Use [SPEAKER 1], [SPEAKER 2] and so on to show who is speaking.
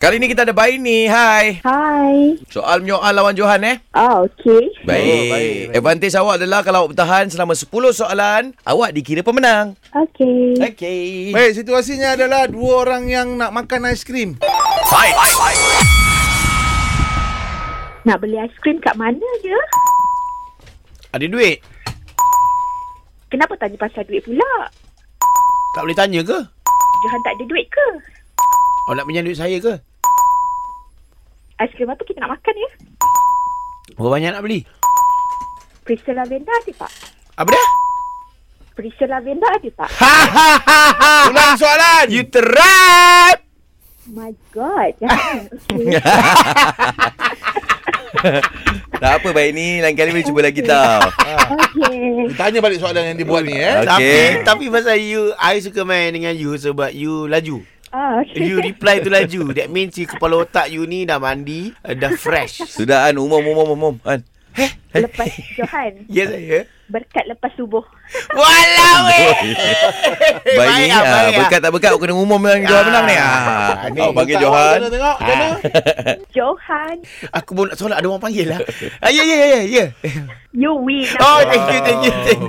[SPEAKER 1] Kali ni kita ada Baini. Hai.
[SPEAKER 2] Hai.
[SPEAKER 1] Soal menyoal lawan Johan eh.
[SPEAKER 2] Ah, okey.
[SPEAKER 1] Baik.
[SPEAKER 3] Oh, baik, baik.
[SPEAKER 1] Advantage awak adalah kalau awak bertahan selama 10 soalan, awak dikira pemenang.
[SPEAKER 2] Okey.
[SPEAKER 1] Eh. Okey.
[SPEAKER 3] Baik, Eh, situasinya adalah dua orang yang nak makan aiskrim.
[SPEAKER 2] Nak beli aiskrim kat mana je?
[SPEAKER 1] Ada duit?
[SPEAKER 2] Kenapa tanya pasal duit pula?
[SPEAKER 1] Tak boleh tanya ke?
[SPEAKER 2] Johan tak ada duit ke?
[SPEAKER 1] Awak Oh, nak pinjam duit saya ke?
[SPEAKER 2] Aiskrim apa kita nak makan ya?
[SPEAKER 1] Berapa banyak nak beli?
[SPEAKER 2] Perisa lavender ada tak?
[SPEAKER 1] Apa dia?
[SPEAKER 2] Perisa lavender ada tak?
[SPEAKER 1] Ha ha ha ha.
[SPEAKER 3] Ulang soalan.
[SPEAKER 1] You terap.
[SPEAKER 2] My God. Jahan. Okey.
[SPEAKER 1] tak apa Baini, lain kali boleh cuba lagi tau.
[SPEAKER 2] Okey.
[SPEAKER 3] Tanya balik soalan yang dia buat ni
[SPEAKER 1] Okey.
[SPEAKER 3] eh.
[SPEAKER 4] Tapi tapi pasal you I suka main dengan you sebab you laju.
[SPEAKER 2] Ah, okey.
[SPEAKER 4] You reply tu laju. That means you kepala otak you ni dah mandi, uh, dah fresh.
[SPEAKER 1] Sudah An, umum umum umum An.
[SPEAKER 2] Lepas Johan.
[SPEAKER 4] Ya saya.
[SPEAKER 2] Berkat lepas subuh.
[SPEAKER 4] Walau eh.
[SPEAKER 1] Baini, ah,
[SPEAKER 4] ah, baik ah.
[SPEAKER 1] berkat tak berkat, awak kena umum yang Johan menang ni. Ah,
[SPEAKER 3] Ni,
[SPEAKER 1] awak panggil
[SPEAKER 3] tak
[SPEAKER 1] Johan. Ah.
[SPEAKER 3] tahu, Tengok, tengok. Macam mana?
[SPEAKER 2] Johan.
[SPEAKER 4] Aku pun nak solat ada orang panggil lah. Ah, ya ya ya ya.
[SPEAKER 2] You win.
[SPEAKER 4] Oh thank you thank you thank you.